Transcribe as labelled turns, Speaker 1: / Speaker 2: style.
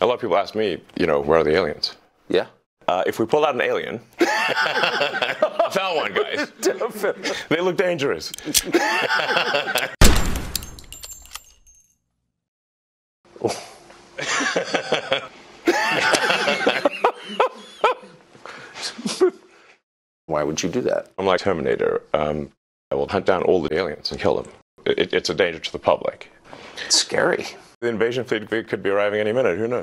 Speaker 1: A lot of people ask me, you know, where are the aliens?
Speaker 2: Yeah.
Speaker 1: Uh, if we pull out an alien, I found one, guys. they look dangerous.
Speaker 2: Why would you do that?
Speaker 1: I'm like Terminator. Um, I will hunt down all the aliens and kill them. It, it's a danger to the public.
Speaker 2: It's scary.
Speaker 1: The invasion fleet could be arriving any minute. Who knows?